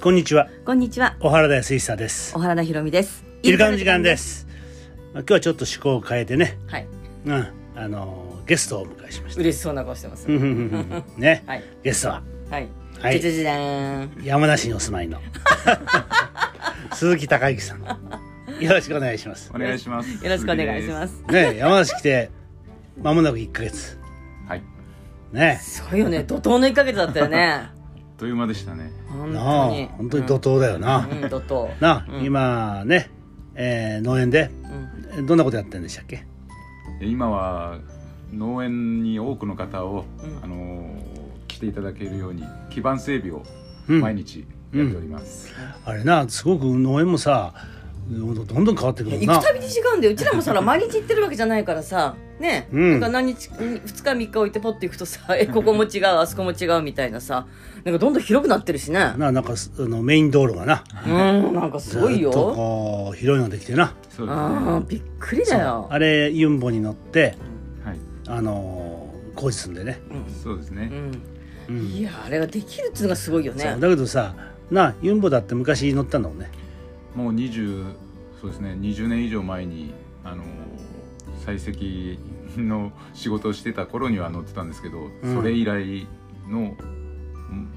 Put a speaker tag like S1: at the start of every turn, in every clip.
S1: こんにちは
S2: こんにちは、
S1: 小原田康久です
S2: 小原田裕美です。。
S1: イルカの時間ですすまあ今日はちょっと趣向を変えてね
S2: はい、
S1: うんあのーゲストをお迎えし ました
S2: 嬉しそうな顔してます
S1: う。んうんうんうんね、
S2: はい、
S1: ゲストは
S2: はい、
S1: はい
S2: じゃじゃじゃーん。
S1: 山梨にお住まい の鈴木孝之さんよろしくお願いします
S3: お願いします。。
S2: よろしくお願いしますす。
S1: ね山梨来て間もなく1ヶ月
S3: はい。
S1: ね
S2: すごいよね、怒涛の一ヶ月だったよね。
S3: あっという間でしたね。
S2: 本
S1: な
S2: 当
S1: あ
S2: に。
S1: 本当に怒涛だよな、
S2: うん、うん怒涛。
S1: なあ、
S2: うん
S1: 今ね、えー農園で
S2: うん
S1: えどんなことやってんでしたっけ
S3: 今は農園に多くの方を、
S2: うん
S3: あのー来ていただけるように基盤整備を
S1: うん
S3: 毎日やっております。
S1: あれなすごく農園もさどんどん変わってくるもん
S2: いや行
S1: な
S2: くたびに違うんだようちらもさほら毎日行ってるわけじゃないからさね、
S1: うん
S2: なんか何日2日3日置いてポッて行くとさ えここも違うあそこも違うみたいなさなんかどんどん広くなってるしね
S1: ななんかすあのメイン道路がな
S2: うんなんかすごい
S1: ずっと
S2: よ
S1: こう広いのできてな
S3: そうですね。
S2: あーびっくりだよ
S1: あれユンボに乗って
S3: はい。
S1: あのー工事すんでね、
S3: そうです
S2: う
S3: ね。
S2: ん
S1: うん
S2: いやあれができるっていうのがすごいよ
S1: そ
S2: ね
S1: うだけどさなユンボだって昔乗ったんだもんね
S3: もう二十そうですね。二十年以上前にあのー採石の仕事をしてた頃には乗ってたんですけど、
S1: うん
S3: それ以来のうん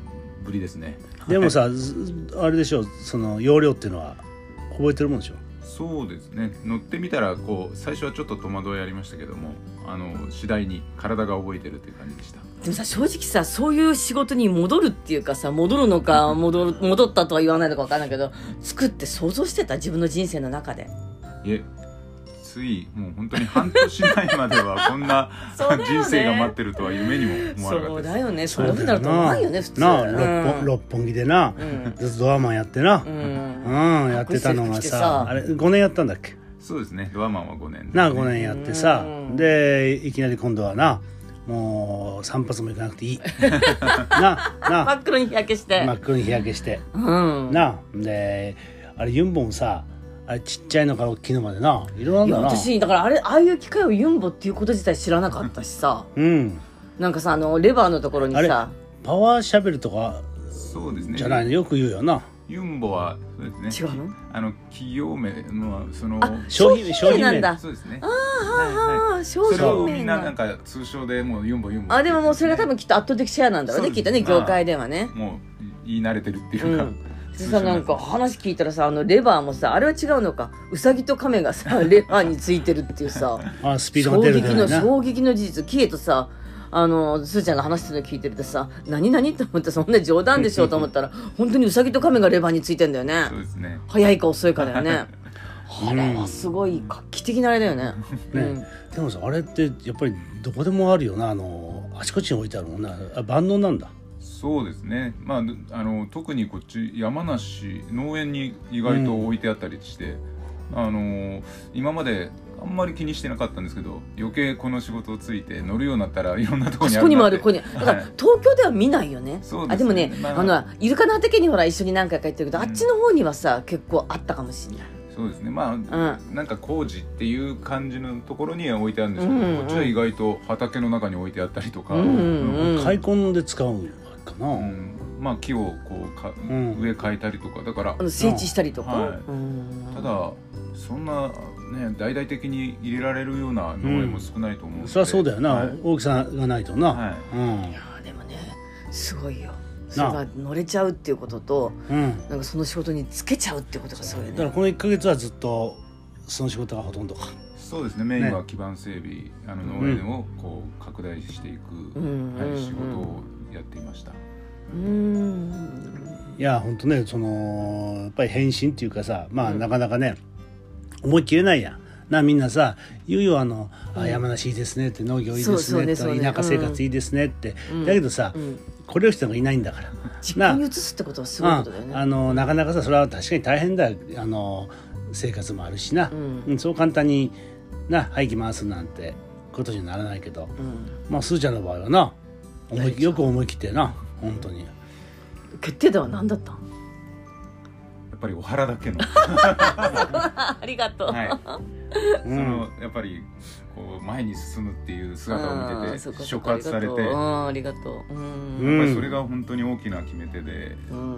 S3: ぶりですね。
S1: でもさずあれでしょその容量っていうのは覚えてるもんでしょ
S3: そうですね乗ってみたらこう最初はちょっと戸惑いありましたけどもあの次第に体が覚えてるという感じでした
S2: でもさ正直さそういう仕事に戻るっていうかさ戻るのか戻る戻ったとは言わないのか分かんないけど作って想像してた自分の人生の中で
S3: いえついもう本当に半年前まではこんな
S2: そうだよね
S3: 人生が待ってるとは夢にも思わなか
S2: そう
S3: った
S2: だ
S3: です
S2: よねそうなると思わないよね普通
S1: なあ
S2: うん
S1: 六本,、六本木でな、
S2: うん
S1: ずっとドアマンやってな、
S2: う
S1: うんん、やってたのが
S2: 白い制服着て
S1: さ
S2: さ
S1: あれ5年やったんだっけ
S3: そうですねドアマンは5年
S1: なあ
S3: ですね
S1: 5年やってさ
S2: うん
S1: でいきなり今度はなもう散髪も行かなくて いいな
S2: 真
S1: な
S2: っ黒に日焼けして、
S1: 真っ黒に日焼けして
S2: うん
S1: なあであれユンボもさあれちっちゃいのから大きいのまでないろ
S2: い
S1: いろ
S2: や
S1: なんだな
S2: 私だからあれああいう機械をユンボっていうこと自体知らなかったしさ
S1: うん
S2: なんかさあのレバーのところに
S1: あれ
S2: さ
S1: パワーシャベルとか
S3: そうですね
S1: じゃないのよく言うよな
S3: ユンボはそうです
S2: 違
S3: ね
S2: うの
S3: あの企業名のその
S2: あ
S1: 商品名
S2: 商品
S1: 商品
S2: 名
S1: 名
S2: なんだ
S3: そうですね
S2: ああ商
S3: それ
S2: 品
S3: を
S2: 名
S3: みんなな
S2: が
S3: んか通称でもうユンボユンボ
S2: あでももうそれが
S3: 多
S2: 多
S3: 分
S2: 分きっと圧倒的シェアなんだろうね
S3: そう
S2: き
S3: で
S2: っ
S3: す
S2: とね業界ではね
S3: もう言い慣れてるっていうか、
S2: うんで
S3: 通
S2: さ
S3: 称
S2: なんか話聞いたらさあのレバーもさあれは違うのかウサギとカメ がさレバーについてるっていうさ
S1: あスピード
S2: 衝
S1: が出る
S2: 撃
S1: から
S2: の
S1: な
S2: 衝撃の事実キエとさあのすーちゃんが話してるの聞いてるとさ何何と思ってそんな冗談でしょうと 思ったら本当にウサギとカメがレバーについてんだよね
S3: そうですね
S2: 早いか遅いかだ よねあれはすごい画期的なあれだよね
S1: ねでもさあれってやっぱりどこでもあるよなあのあちこちに置いてあるもんなあ万能なんだ
S3: そうですね、まあぬ、あの特にこっち山梨農園に意外と置いてあったりして、あの今まであんまり気にしてなかったんですけど余計この仕事をついて乗るようになったらいろんなとこ
S2: あ
S3: に
S2: そ
S3: あ
S2: こ
S3: る
S2: にも
S3: な
S2: あ
S3: って
S2: るここにだから
S3: はい
S2: 東京では見ないよね
S3: そうですね
S2: あでもね、
S3: まあ
S2: あ、のイルカの畑にほら一緒に何回か行ってるけど、
S3: うん
S2: あっちの方にはさ結構あったかもしれない
S3: そうですねまあ、
S2: う
S3: なんか工事っていう感じのところには置いてあるんですけど、
S2: うんうん
S3: こっちは意外と畑の中に置いてあったりとか、
S2: うんうんうん
S1: 開墾で使うのかな、
S3: うんまあ木をこうか、
S1: ん
S3: 植え替えたりとかだから
S2: あの整地したりとか、
S3: はい
S2: うん
S3: ただそんなね大々的に入れられるような農園も少ないと思うので、
S1: そりゃそうだよな、
S3: はい
S1: 大きさがないとな、
S3: はい
S2: いやーでもねすごいよそれが乗れちゃうっていうことと
S1: うん、うん、
S2: なんかその仕事につけちゃうってことがすごいよ
S1: だから
S2: ね
S1: この1か月はずっとその仕事がほとんどか
S3: そうですねメインは基盤整備、あの農園をこう拡大していく、
S2: うんうんうん
S3: はい、仕事をやっていました、
S2: うん
S1: いやほんとねそのやっぱり変身っていうかさまあ、
S2: うん
S1: なかなかね思い切れないやんなみんなさ言うよあの、あ
S2: うん
S1: 山梨いいですねって農業いい
S2: そ
S1: で
S2: う
S1: す
S2: そう
S1: ね
S2: ね
S1: って
S2: そうね
S1: 田舎生活いいですねって、
S2: うん
S1: だけどさ、
S2: うん
S1: これをしたのがいないんだから
S2: 実家に移すってことはすごいことだよ
S1: うんあ
S2: ね
S1: のなかなかさそれは確かに大変だよあの生活もあるしな、
S2: うん
S1: うんそう簡単にな「はい行きます」なんてことにはならないけど
S2: うん
S1: まあすーちゃんの場合はな思
S2: や
S1: い
S2: りそう
S1: よく思い切ってな本当に
S2: 決定打は何だったん
S3: やっぱりお原だ けの、
S2: ありがとう、
S3: はい、
S1: う
S3: そ
S1: ん
S3: のやっぱりこう前に進むっていう姿を見
S2: うんそ
S3: て
S2: うかそ
S3: て
S2: う
S3: 触
S2: か
S3: 発されてやっ
S2: ありがとううんありがとううん
S1: うん
S3: ぱりそれが本当に大きな決め手で
S2: うん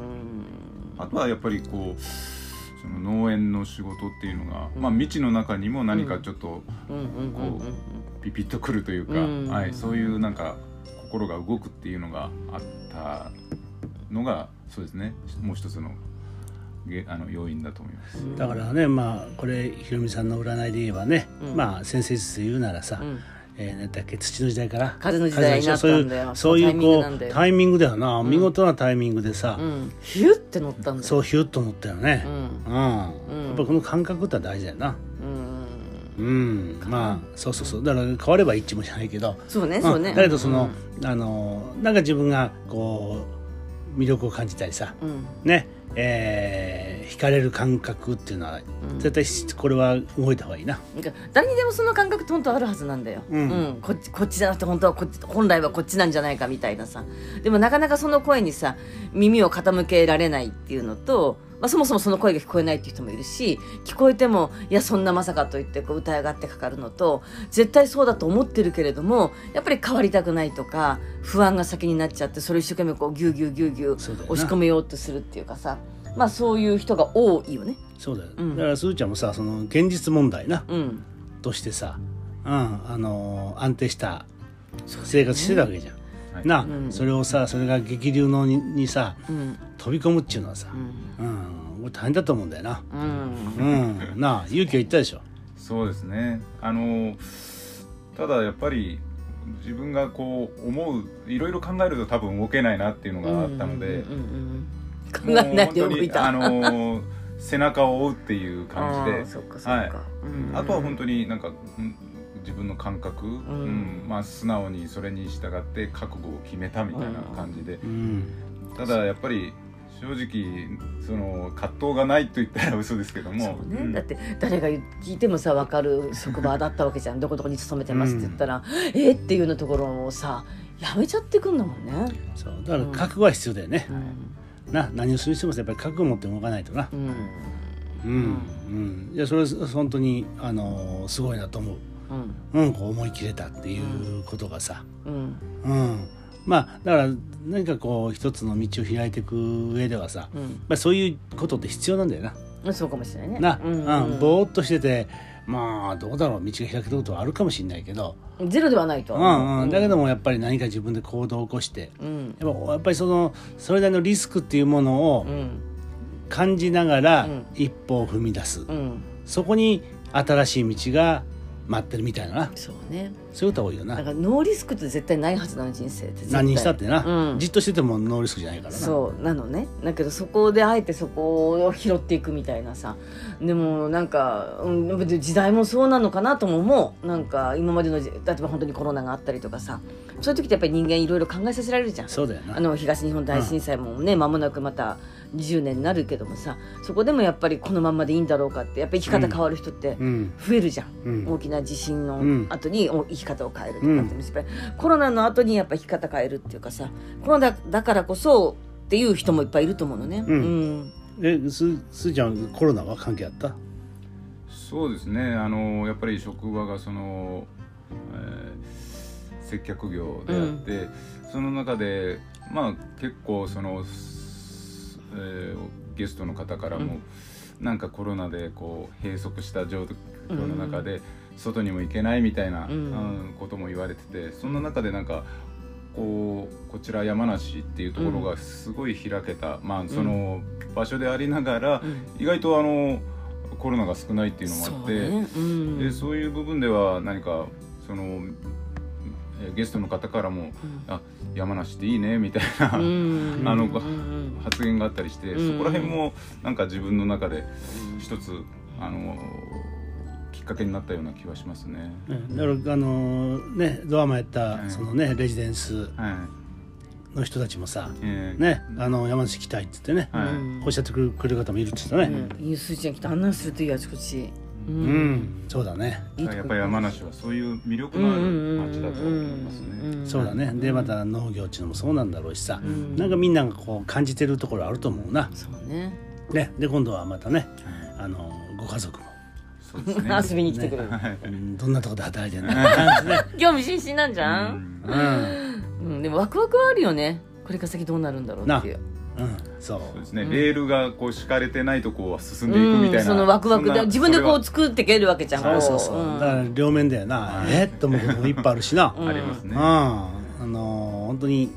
S3: あとはやっぱりこうその農園の仕事っていうのが、
S2: うん
S3: まあ、未知の中にも何かちょっと
S2: うんうんうんうん
S3: ピピッとくるというか、
S2: うん
S3: はい、そういうなんか心が動くっていうのがあったのがそうですねもう一つのげあの要因だと思います。
S2: うん
S1: だからねまあこれひろみさんの占いで言えばね、
S2: うん
S1: まあ先生術で言うならさ、
S2: うん
S1: えーなんだっけ土の時代から
S2: 風の時代になったんだよ
S1: そういうそういうこ
S2: タイミングなんだ
S1: う
S2: よ
S1: タイミングだよな、
S2: ん
S1: 見事なタイミングでさ、
S2: うんヒュって乗ったんだよ
S1: そうヒュッと乗ったよね
S2: う、ん
S1: うん
S2: うん
S1: やっぱこの感覚って大事だよな
S2: うん
S1: うんまあそうそうそうだから変われば一致もじゃないけど、
S2: そうね
S1: うん
S2: そうね
S1: だけどその、あのなんか自分がこう魅力を感じたりさ
S2: うん
S1: ねえー、惹かれる感覚っていうのは
S2: うん
S1: 絶対しこれは動いた方がいいな、
S2: なんか誰にでもその感覚って本当あるはずなんだよ、
S1: うん
S2: こっちこっちじゃなくて本当はこっち本来はこっちなんじゃないかみたいなさでもなかなかその声にさ耳を傾けられないっていうのと、まあ、そもそもその声が聞こえないっていう人もいるし聞こえてもいやそんなまさかと言ってこう歌い上がってかかるのと絶対そうだと思ってるけれどもやっぱり変わりたくないとか不安が先になっちゃってそれを一生懸命こうギュうギュうギュうギュう
S1: そうだよな
S2: 押し込めようとするっていうかさまあそういう人が多いよね。
S1: そうだよ、
S2: うん
S1: だからすずちゃんもさその現実問題な、
S2: うん
S1: としてさ、うん、あの安定した生活してたわけじゃん。
S3: はい
S1: なあ、
S2: うん
S1: それをさそれが激流のににさ
S2: うん
S1: 飛び込むっていうのはさ
S2: う、ん
S1: うん、俺大変だと思うんだよな。
S2: うん
S1: うん、なあ勇気は言ったでしょ。
S3: そうですねあのただやっぱり自分がこう思ういろいろ考えると多分動けないなっていうのがあったので
S2: うんうんうんうん
S3: も
S2: 考
S3: う
S2: えないで
S3: 本当
S2: 動い
S3: に
S2: た
S3: あの背中を追うっていう感じ
S2: あー
S3: で
S2: そっかそっか、
S3: はい
S2: うん
S3: あとは本当になんか、うん自分の感覚、うんまあ、素直にそれに従って覚悟を決めたみたいな感じで
S1: う、ん、
S3: ただやっぱり正直その葛藤がないと言ったら嘘ですけども
S2: そうね、
S3: うん
S2: だって誰が言う聞いてもさ分かる職場だったわけじゃんどこどこに勤めてますって言ったら、えっっていうようなところをさやめちゃってくんだもんね、
S1: そうだから覚悟は必要だよね
S2: う。ん
S1: な何をするにしてもさやっぱり覚悟を持って動かないとな
S2: う。ん
S1: うん、うん、いやそれは本当にあのすごいなと思う。
S2: うん
S1: うん、こう思い切れたっていうことがさ。
S2: うん
S1: うん、まあだから何かこう一つの道を開いていく上ではさ、
S2: うん
S1: まあ、そういうことって必要なんだよな。
S2: うんそうかもしれないね
S1: な、
S2: う
S1: うんん
S2: うん
S1: ぼーっとしててまあどうだろう道が開けたことはあるかもしれないけど、
S2: ゼロではないと
S1: う
S2: は思
S1: んうん、だけどもやっぱり何か自分で行動を起こして
S2: うん
S1: やっぱやっぱりそのそれなりのリスクっていうものを
S2: うん
S1: 感じながら
S2: うん
S1: 一歩を踏み出す、
S2: うん
S1: そこに新しい道が待ってるみたいなな
S2: そうね
S1: そういうことが多いよ
S2: だか
S1: な
S2: らノーリスクって絶対ないはずなの人生って絶対
S1: 何にしたってな、
S2: うん
S1: じっとしててもノーリスクじゃないからな。
S2: そうなのねだけどそこであえてそこを拾っていくみたいなさでもなんか、うん、別に時代もそうなのかなとも思うなんか今までのじ例えば本当にコロナがあったりとかさそういう時ってやっぱり人間いろいろ考えさせられるじゃん。
S1: そうだよな
S2: あの東日本大震災もね間もなくまた10年になるけどもさそこでもやっぱりこのまんまでいいんだろうかってやっぱり生き方変わる人って
S1: うん
S2: 増えるじゃん、
S1: うん
S2: 大きな地震の
S1: うん
S2: 後にお生き方を変えるとかってもしっぱりコロナの後にやっぱ生き方変えるっていうかさコロナだからこそっていう人もいっぱいいると思うのね。
S1: うん
S2: うん
S1: えすすーちゃんコロナは関係あった
S3: そうですねあのやっぱり職場がその、えー接客業であって、その中でまあ結構その、すえーゲストの方からも、なんかコロナでこう閉塞した状況の中で、外にも行けないみたいな、
S2: うん
S3: うんことも言われててそんな中でなんかこうこちら山梨っていうところがすごい開けた、まあその場所でありながら、意外とあのコロナが少ないっていうのもあ
S2: そ
S3: って
S2: うねうん
S3: でそういう部分では何かそのえゲストの方からも「あ山梨っていいね」みたいな、
S2: うん
S3: あの
S2: うんうん
S3: 発言があったりして、
S2: うん
S3: そこら辺もなんか自分の中で一つあのきっかけになったような気はしますね。
S1: うんだからあのーねドアマやっ
S3: は
S1: た
S3: い
S1: そのねレジデンス
S3: はい
S1: の人たちもさ
S3: えー
S1: ねあの山梨来たいって言ってね
S3: はい
S2: うん
S1: おっしゃってくるくる方もいるって言ってたね
S2: うんいいすーちゃん来て案内するといいあちこち。う
S1: うんんそうだね
S2: いいとこ
S3: やっぱり山梨はそういう魅力
S2: うんう
S3: の
S2: ん
S3: あ
S2: う
S3: る
S2: んうん
S3: 町だと思います
S2: う
S3: ね。
S2: ん
S1: そうだねでまた農業っていうのもそうなんだろうしさ
S2: ん
S1: なんかみんながこう感じてるところあると思うな
S2: そうね。
S1: ねで今度はまたね
S3: はい
S1: あのご家族も
S3: そうですね。
S2: 遊びに来てくれる。
S3: はい
S1: うんどんなとこで働いてんだ
S2: 興味津々なんじゃん
S3: う。ん
S1: うん
S2: うん、でもワクワクはあるよねこれから先どうなるんだろうっていう
S1: ううん、そう
S3: そうですね、レールがこう敷かれてないとこは進んでいくみたいな、
S2: うん、そのワクワク
S3: そんな
S2: で自分でこ
S3: そうれ
S2: 作っていけるわけじゃん
S1: そうそうそう、
S2: こん
S1: だから両面だよなえっと思うこともいっぱいあるしな、う
S2: う
S1: んん
S3: はありますね、
S1: あのー本当に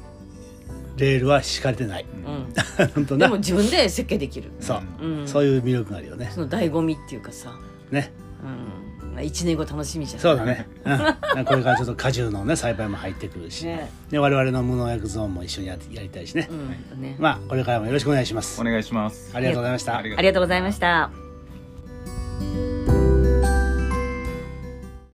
S1: レールは敷かれてない、
S2: うん
S1: 本当
S2: で
S1: な
S2: も自分で設計できる、
S1: そう、
S2: うん、
S1: そ
S2: そう
S1: いう魅力があるよね
S2: の醍醐味っていうかさ、
S1: ね
S2: うんまあ、1年後楽しみじゃん
S1: そうだね、うん、これからちょっと果樹のね栽培も入ってくるし、
S2: ね
S1: で我々の無農薬ゾーンも一緒にやってやりたいしね
S2: う、んね
S1: まあこれからもよろしくお願いします
S3: お願いします
S1: ありがとうございました
S3: ありがとうございま
S2: あり
S3: す
S2: がとうございました